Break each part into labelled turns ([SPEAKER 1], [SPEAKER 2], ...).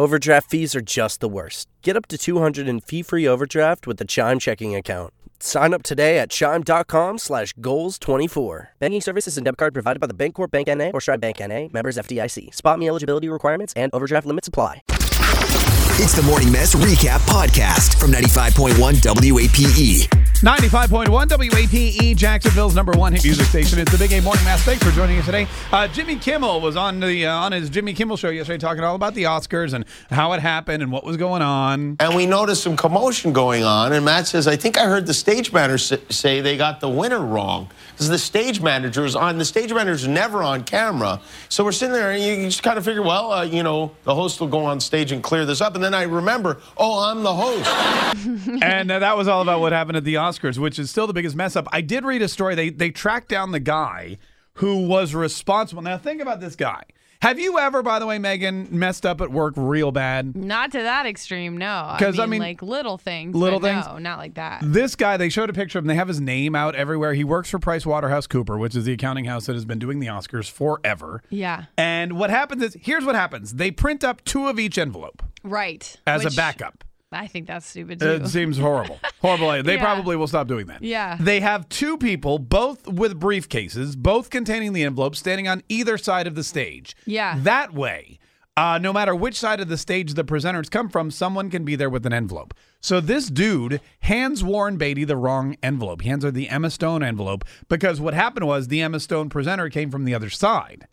[SPEAKER 1] Overdraft fees are just the worst. Get up to 200 in fee-free overdraft with the Chime checking account. Sign up today at chime.com slash goals24. Banking services and debit card provided by the Bancorp Bank N.A. or Stride Bank N.A. Members FDIC. Spot me eligibility requirements and overdraft limits apply.
[SPEAKER 2] It's the Morning Mess Recap Podcast from 95.1 WAPE.
[SPEAKER 3] 95.1 WAPE, E, Jacksonville's number one hit music station. It's the Big A Morning Mass. Thanks for joining us today. Uh, Jimmy Kimmel was on the uh, on his Jimmy Kimmel show yesterday, talking all about the Oscars and how it happened and what was going on.
[SPEAKER 4] And we noticed some commotion going on. And Matt says, I think I heard the stage manager s- say they got the winner wrong. Because the stage manager is on, the stage manager's never on camera. So we're sitting there and you, you just kind of figure, well, uh, you know, the host will go on stage and clear this up. And then I remember, oh, I'm the host.
[SPEAKER 3] and uh, that was all about what happened at the Oscars, which is still the biggest mess up. I did read a story. They they tracked down the guy who was responsible. Now think about this guy. Have you ever, by the way, Megan, messed up at work real bad?
[SPEAKER 5] Not to that extreme, no.
[SPEAKER 3] 'Cause, I mean,
[SPEAKER 5] like little things.
[SPEAKER 3] little
[SPEAKER 5] but
[SPEAKER 3] things?
[SPEAKER 5] No, not like that.
[SPEAKER 3] This guy, they showed a picture of him. They have his name out everywhere. He works for Price Waterhouse Cooper, which is the accounting house that has been doing the Oscars forever.
[SPEAKER 5] Yeah,
[SPEAKER 3] And what happens is, here's what happens: they print up two of each envelope
[SPEAKER 5] right.
[SPEAKER 3] as
[SPEAKER 5] Which
[SPEAKER 3] a backup. Uh,
[SPEAKER 5] I think that's stupid too.
[SPEAKER 3] It seems horrible. horrible. idea. They
[SPEAKER 5] Yeah.
[SPEAKER 3] probably will stop doing that.
[SPEAKER 5] Yeah.
[SPEAKER 3] They have two people, both with briefcases, both containing the envelope, standing on either side of the stage.
[SPEAKER 5] Yeah.
[SPEAKER 3] That way, uh, no matter which side of the stage the presenters come from, someone can be there with an envelope. So this dude hands Warren Beatty the wrong envelope. He hands her the Emma Stone envelope because what happened was the Emma Stone presenter came from the other side.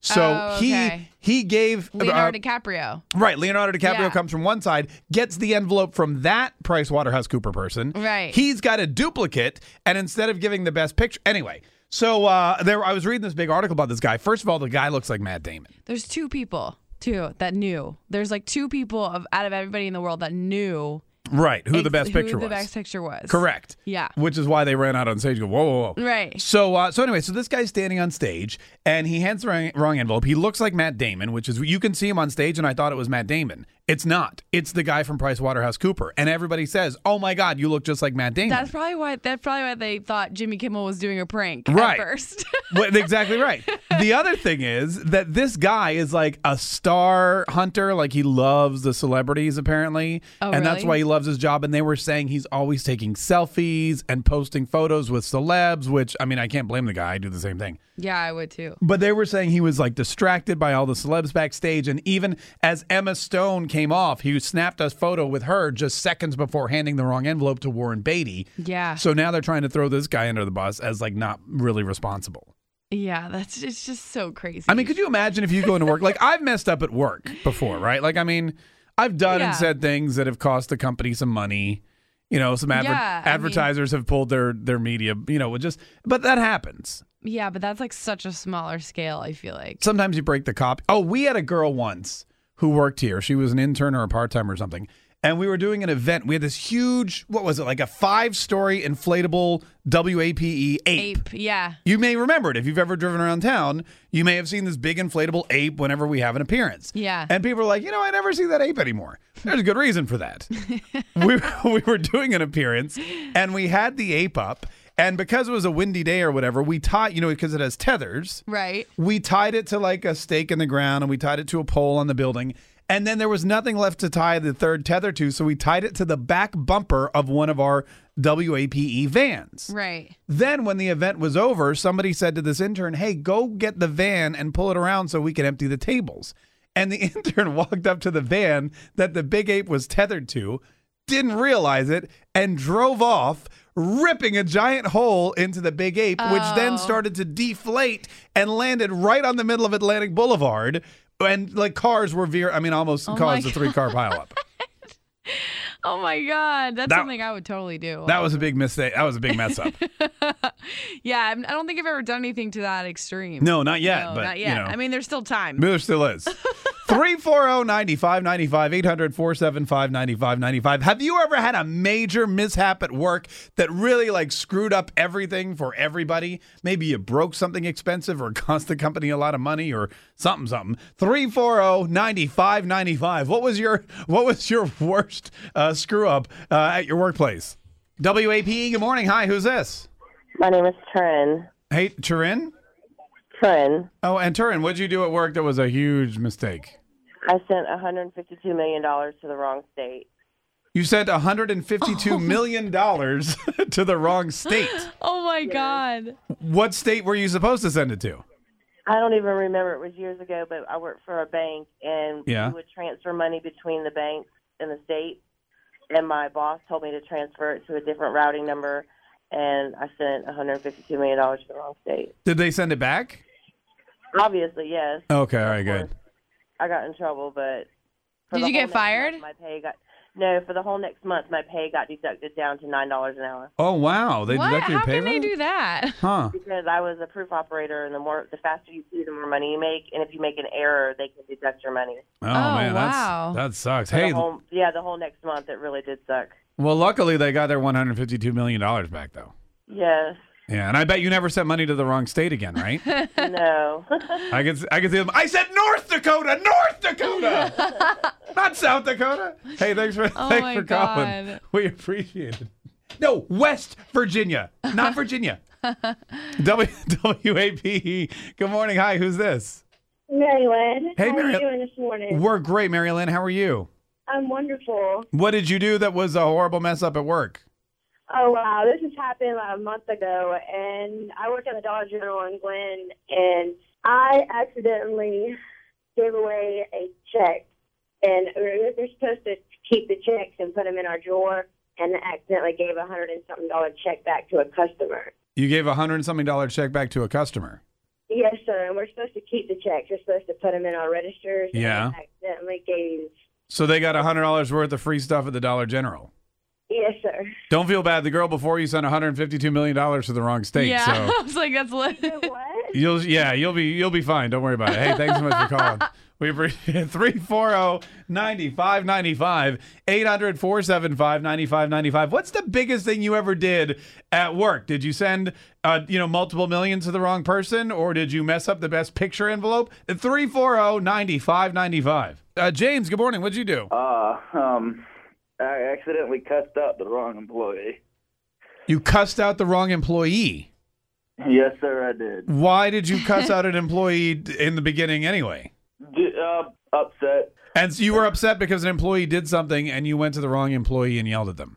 [SPEAKER 3] So
[SPEAKER 5] Oh, okay.
[SPEAKER 3] he he gave uh,
[SPEAKER 5] Leonardo DiCaprio.
[SPEAKER 3] Right, Leonardo DiCaprio
[SPEAKER 5] Yeah.
[SPEAKER 3] comes from one side, gets the envelope from that Price Waterhouse Cooper person.
[SPEAKER 5] Right.
[SPEAKER 3] he's got a duplicate, and instead of giving the best picture, anyway. So uh, there, I was reading this big article about this guy. First of all, the guy looks like Matt Damon.
[SPEAKER 5] There's two people too that knew. There's like two people of out of everybody in the world that knew
[SPEAKER 3] Right, who the
[SPEAKER 5] ex-
[SPEAKER 3] best
[SPEAKER 5] who
[SPEAKER 3] picture
[SPEAKER 5] the
[SPEAKER 3] was.
[SPEAKER 5] best picture was.
[SPEAKER 3] Correct.
[SPEAKER 5] Yeah.
[SPEAKER 3] Which is why they ran out on stage. and Go whoa, whoa, whoa.
[SPEAKER 5] Right.
[SPEAKER 3] So, uh, so anyway, so this guy's standing on stage, and he hands the wrong, wrong envelope. He looks like Matt Damon, which is you can see him on stage, and I thought it was Matt Damon. It's not. It's the guy from Price Waterhouse Cooper, and everybody says, "Oh my God, you look just like Matt Damon."
[SPEAKER 5] That's probably why. That's probably why they thought Jimmy Kimmel was doing a prank
[SPEAKER 3] Right.
[SPEAKER 5] at first.
[SPEAKER 3] Well, exactly right. The other thing is that this guy is like a star hunter. Like he loves the celebrities, apparently.
[SPEAKER 5] Oh,
[SPEAKER 3] and that's
[SPEAKER 5] really?
[SPEAKER 3] why he loves his job. And they were saying he's always taking selfies and posting photos with celebs, which, I mean, I can't blame the guy. I do the same thing.
[SPEAKER 5] yeah, I would too.
[SPEAKER 3] But they were saying he was like distracted by all the celebs backstage. And even as Emma Stone came off, he snapped a photo with her just seconds before handing the wrong envelope to Warren Beatty.
[SPEAKER 5] Yeah.
[SPEAKER 3] So now they're trying to throw this guy under the bus as like not really responsible.
[SPEAKER 5] yeah, that's it's just so crazy.
[SPEAKER 3] I mean, could you imagine if you go into work? Like, I've messed up at work before, right? Like, I mean, I've done
[SPEAKER 5] Yeah.
[SPEAKER 3] and said things that have cost the company some money. You know, some adver-
[SPEAKER 5] Yeah, I mean-
[SPEAKER 3] advertisers have pulled their their media. You know, just but that happens.
[SPEAKER 5] yeah, but that's like such a smaller scale. I feel like.
[SPEAKER 3] Sometimes you break the copy. Oh, we had a girl once who worked here. She was an intern or a part time or something. And we were doing an event. We had this huge, what was it, like a five story inflatable WAPE ape.
[SPEAKER 5] Ape. Yeah.
[SPEAKER 3] You may remember it if you've ever driven around town. You may have seen this big inflatable ape whenever we have an appearance.
[SPEAKER 5] Yeah.
[SPEAKER 3] And people are like, you know, I never see that ape anymore. There's a good reason for that. we, we were doing an appearance and we had the ape up. And because it was a windy day or whatever, we tied, you know, because it has tethers,
[SPEAKER 5] Right.
[SPEAKER 3] we tied it to like a stake in the ground and we tied it to a pole on the building. And then there was nothing left to tie the third tether to. So we tied it to the back bumper of one of our WAPE E vans.
[SPEAKER 5] Right.
[SPEAKER 3] Then, when the event was over, somebody said to this intern, Hey, go get the van and pull it around so we can empty the tables. And the intern walked up to the van that the big ape was tethered to, didn't realize it, and drove off, ripping a giant hole into the big ape, which
[SPEAKER 5] Oh.
[SPEAKER 3] then started to deflate and landed right on the middle of Atlantic Boulevard. And like cars were veer, I mean, almost caused a three car pileup.
[SPEAKER 5] Oh my god, that's
[SPEAKER 3] That-
[SPEAKER 5] something I would totally do.
[SPEAKER 3] That was a big mistake. That was a big mess up.
[SPEAKER 5] yeah, I'm- I don't think I've ever done anything to that extreme.
[SPEAKER 3] No, not yet.
[SPEAKER 5] No,
[SPEAKER 3] but,
[SPEAKER 5] not
[SPEAKER 3] You
[SPEAKER 5] yet.
[SPEAKER 3] know.
[SPEAKER 5] I mean, there's still time.
[SPEAKER 3] There still is. oh, 340-9595, 800 475 Have you ever had a major mishap at work that really like screwed up everything for everybody? Maybe you broke something expensive or cost the company a lot of money or something something. oh, 340-9595. What was your what was your worst uh, screw up uh, at your workplace? WAPE, E, good morning. Hi, who's this?
[SPEAKER 6] My name is Turin.
[SPEAKER 3] Hey, Turin?
[SPEAKER 6] Turin.
[SPEAKER 3] Oh, and Turin, what'd you do at work that was a huge mistake?
[SPEAKER 6] I sent $152 million to the wrong state.
[SPEAKER 3] You sent 152 million dollars to the wrong state.
[SPEAKER 5] Oh my god.
[SPEAKER 3] What state were you supposed to send it to?
[SPEAKER 6] I don't even remember. It was years ago, but I worked for a bank and
[SPEAKER 3] Yeah.
[SPEAKER 6] we would transfer money between the banks and the state. And my boss told me to transfer it to a different routing number. And I sent $152 million to the wrong state.
[SPEAKER 3] Did they send it back?
[SPEAKER 6] Obviously, yes.
[SPEAKER 3] Okay, all right, good.
[SPEAKER 6] I got in trouble, but.
[SPEAKER 5] Did
[SPEAKER 6] for the
[SPEAKER 5] you
[SPEAKER 6] whole
[SPEAKER 5] get
[SPEAKER 6] next
[SPEAKER 5] fired?
[SPEAKER 6] month, my pay got. No, for the whole next month, my pay got deducted down to $9 an hour.
[SPEAKER 3] Oh wow, they
[SPEAKER 5] what?
[SPEAKER 3] deducted your
[SPEAKER 5] How
[SPEAKER 3] pay
[SPEAKER 5] can they
[SPEAKER 3] for that?
[SPEAKER 5] do that?
[SPEAKER 3] Huh?
[SPEAKER 6] because I was a proof operator, and the more the faster you see, the more money you make. And if you make an error, they can deduct your money.
[SPEAKER 3] Oh,
[SPEAKER 5] Oh,
[SPEAKER 3] man, that's
[SPEAKER 5] wow.
[SPEAKER 3] that sucks.
[SPEAKER 6] The
[SPEAKER 3] Hey,
[SPEAKER 6] whole- yeah, the whole next month, it really did suck.
[SPEAKER 3] well, luckily they got their 152 million dollars back though.
[SPEAKER 6] Yes,
[SPEAKER 3] Yeah, and I bet you never sent money to the wrong state again, right?
[SPEAKER 6] no,
[SPEAKER 3] I could, I could see them. I said North Dakota, North Dakota, not South Dakota. Hey, thanks for,
[SPEAKER 5] Oh
[SPEAKER 3] thanks
[SPEAKER 5] my
[SPEAKER 3] for calling.
[SPEAKER 5] God.
[SPEAKER 3] We appreciate it. No, West Virginia, not Virginia. W W A P E. Good morning. Hi, who's this?
[SPEAKER 7] Mary Lynn.
[SPEAKER 3] Hey,
[SPEAKER 7] how
[SPEAKER 3] Mary-
[SPEAKER 7] are you doing this morning?
[SPEAKER 3] We're great, Mary Lynn. How are you?
[SPEAKER 7] I'm wonderful.
[SPEAKER 3] What did you do that was a horrible mess up at work?
[SPEAKER 7] Oh wow, this has happened about a month ago, and I worked at the Dollar General in Glen, and I accidentally gave away a check, and we we're, we we're supposed to keep the checks and put them in our drawer, and I accidentally gave a hundred and something dollar check back to a customer.
[SPEAKER 3] You gave a hundred and something dollar check back to a customer.
[SPEAKER 7] Yes, sir. And we're supposed to keep the checks. We're supposed to put them in our registers. and
[SPEAKER 3] Yeah.
[SPEAKER 7] I accidentally gave.
[SPEAKER 3] So they got a hundred dollars worth of free stuff at the Dollar General.
[SPEAKER 7] Yes, sir.
[SPEAKER 3] Don't feel bad. The girl before you sent 152 million dollars to the wrong state.
[SPEAKER 5] yeah.
[SPEAKER 3] So.
[SPEAKER 5] I was like, that's lit.
[SPEAKER 7] what?
[SPEAKER 3] You'll yeah, you'll be you'll be fine. Don't worry about it. Hey, thanks so much for calling. We appreciate it. oh, 340-9595, 800-475-9595. What's the biggest thing you ever did at work? Did you send uh, you know, multiple millions to the wrong person or did you mess up the best picture envelope? oh, 340-9595. Uh, James, good morning. What'd you do?
[SPEAKER 8] Uh, um, I accidentally cussed out the wrong employee.
[SPEAKER 3] You cussed out the wrong employee.
[SPEAKER 8] Yes, sir, I did.
[SPEAKER 3] Why did you cuss out an employee d- in the beginning anyway?
[SPEAKER 8] D- uh, upset.
[SPEAKER 3] And so you were upset because an employee did something and you went to the wrong employee and yelled at them.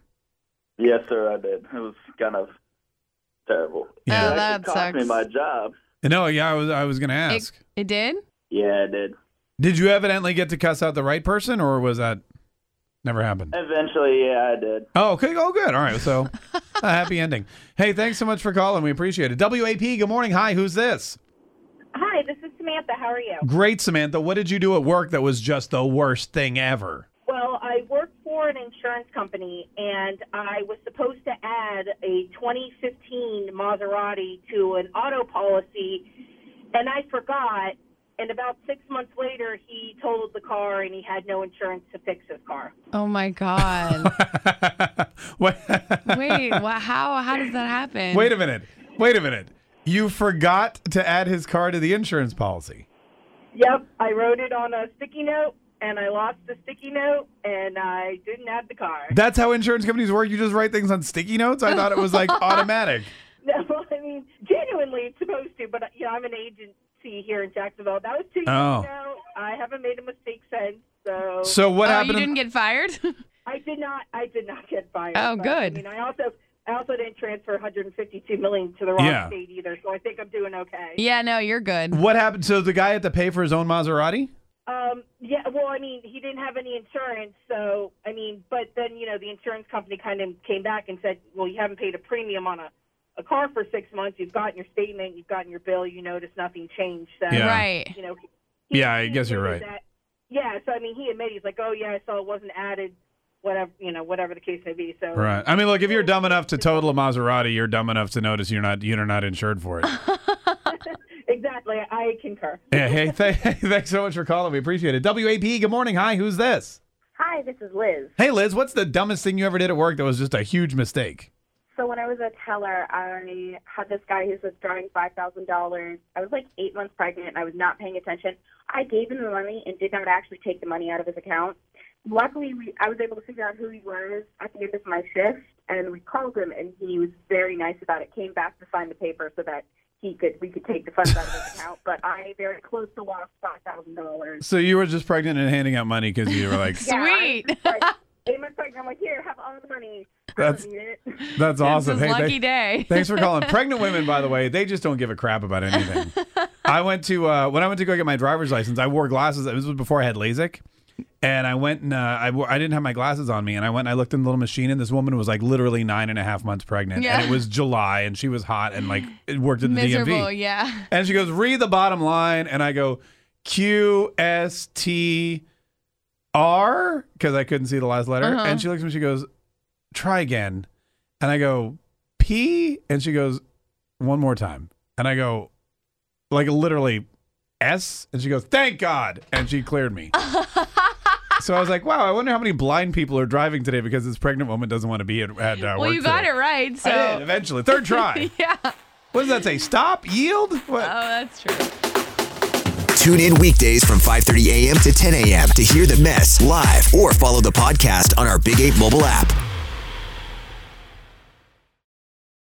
[SPEAKER 8] Yes, sir, I did. It was kind of terrible.
[SPEAKER 3] Yeah.
[SPEAKER 5] Oh,
[SPEAKER 8] It
[SPEAKER 5] that
[SPEAKER 8] actually cost
[SPEAKER 5] sucks.
[SPEAKER 8] me my job.
[SPEAKER 3] Uh, No, yeah, I was I was going to ask.
[SPEAKER 5] It did?
[SPEAKER 8] Yeah, I did.
[SPEAKER 3] did you evidently get to cuss out the right person or was that never happened?
[SPEAKER 8] Uh, Eventually, yeah, I did.
[SPEAKER 3] Oh, okay. Oh, good. All right. So, a happy ending. Hey, thanks so much for calling. We appreciate it. WAP, good morning. Hi, who's this?
[SPEAKER 7] Hi, this is Samantha. How are you?
[SPEAKER 3] Great, Samantha. What did you do at work that was just the worst thing ever?
[SPEAKER 7] Well, I worked for an insurance company, and I was supposed to add a 2015 Maserati to an auto policy, and I forgot. And about six months later, he totaled the car, and he had no insurance to fix his car.
[SPEAKER 5] Oh my god.
[SPEAKER 3] Wait,
[SPEAKER 5] Wait, wha how how does that happen?
[SPEAKER 3] wait a minute. Wait a minute. You forgot to add his car to the insurance policy.
[SPEAKER 7] Yep, I wrote it on a sticky note, and I lost the sticky note, and I didn't add the car.
[SPEAKER 3] That's how insurance companies work. You just write things on sticky notes. I thought it was like automatic.
[SPEAKER 7] No, I mean, genuinely, it's supposed to, but uh, you know, I'm an agency here in Jacksonville. That was two years
[SPEAKER 3] Oh.
[SPEAKER 7] ago. I haven't made a mistake since, so
[SPEAKER 3] So what
[SPEAKER 5] oh,
[SPEAKER 3] happened?
[SPEAKER 5] you didn't get fired?
[SPEAKER 7] I did not. I did not get fired.
[SPEAKER 5] Oh,
[SPEAKER 7] but,
[SPEAKER 5] good.
[SPEAKER 7] I mean, I also, I also didn't transfer 152 million to the wrong
[SPEAKER 3] Yeah.
[SPEAKER 7] state either, so I think I'm doing okay.
[SPEAKER 5] yeah, no, you're good.
[SPEAKER 3] what happened? So the guy had to pay for his own Maserati.
[SPEAKER 7] Um, yeah, well, I mean, he didn't have any insurance, so I mean, but then you know, the insurance company kind of came back and said, "Well, you haven't paid a premium on a, a car for six months. You've gotten your statement, you've gotten your bill. You notice nothing changed." So,
[SPEAKER 3] Yeah.
[SPEAKER 5] Right.
[SPEAKER 7] you know.
[SPEAKER 3] Yeah, I guess you're
[SPEAKER 7] admitted
[SPEAKER 3] right.
[SPEAKER 7] that- yeah, so I mean, he admitted he's like, oh yeah, I saw it wasn't added, whatever you know, whatever the case may be. So
[SPEAKER 3] Right. I mean, look, if you're dumb enough to total a Maserati, you're dumb enough to notice you're not you're not insured for it.
[SPEAKER 7] exactly, I concur.
[SPEAKER 3] yeah. Hey, th- thanks so much for calling. We appreciate it. WAP. Good morning. Hi. Who's this?
[SPEAKER 9] Hi, this is Liz.
[SPEAKER 3] Hey, Liz. What's the dumbest thing you ever did at work that was just a huge mistake?
[SPEAKER 9] So when I was a teller, I had this guy who's withdrawing five thousand dollars. I was like eight months pregnant, and I was not paying attention. I gave him the money and did not actually take the money out of his account. Luckily, we, I was able to figure out who he was at the end of my shift, and we called him, and he was very nice about it. Came back to sign the paper so that
[SPEAKER 7] he could we could take the funds out of his account, but I very close to lost five thousand dollars.
[SPEAKER 3] So you were just pregnant and handing out money because you were like,
[SPEAKER 5] Sweet.
[SPEAKER 7] Eight months pregnant, I'm like, here, have all the money. I don't
[SPEAKER 3] That's-
[SPEAKER 7] need it.
[SPEAKER 3] "That's awesome."
[SPEAKER 5] It's his
[SPEAKER 3] Hey,
[SPEAKER 5] lucky
[SPEAKER 3] thank-
[SPEAKER 5] day.
[SPEAKER 3] Thanks for calling. Pregnant women, by the way, they just don't give a crap about anything. I went to uh, when I went to go get my driver's license. I wore glasses. This was before I had LASIK, and I went and uh, I wore, I didn't have my glasses on me, and I went and I looked in the little machine, and this woman was like literally nine and a half months pregnant,
[SPEAKER 5] Yeah.
[SPEAKER 3] and it was July, and she was hot and like it worked in the
[SPEAKER 5] Miserable,
[SPEAKER 3] DMV,
[SPEAKER 5] yeah.
[SPEAKER 3] and she goes, "Read the bottom line," and I go, "Q S T R," because I couldn't see the last letter,
[SPEAKER 5] Uh-huh.
[SPEAKER 3] and she looks at me, she goes, "Try again," and I go, "P," and she goes, "One more time," and I go, like literally, S, and she goes, "Thank God," and she cleared me. So I was like, "Wow, I wonder how many blind people are driving today because this pregnant woman doesn't want to be at, at uh,
[SPEAKER 5] Well,
[SPEAKER 3] work
[SPEAKER 5] you got
[SPEAKER 3] today."
[SPEAKER 5] it right. So
[SPEAKER 3] I did eventually, third try.
[SPEAKER 5] yeah. Oh,
[SPEAKER 3] What does that say? Stop, yield. What?
[SPEAKER 5] that's true.
[SPEAKER 2] Tune in weekdays from 5:30 a.m. to 10 a.m. to hear the mess live or follow the podcast on our Big 8 mobile app.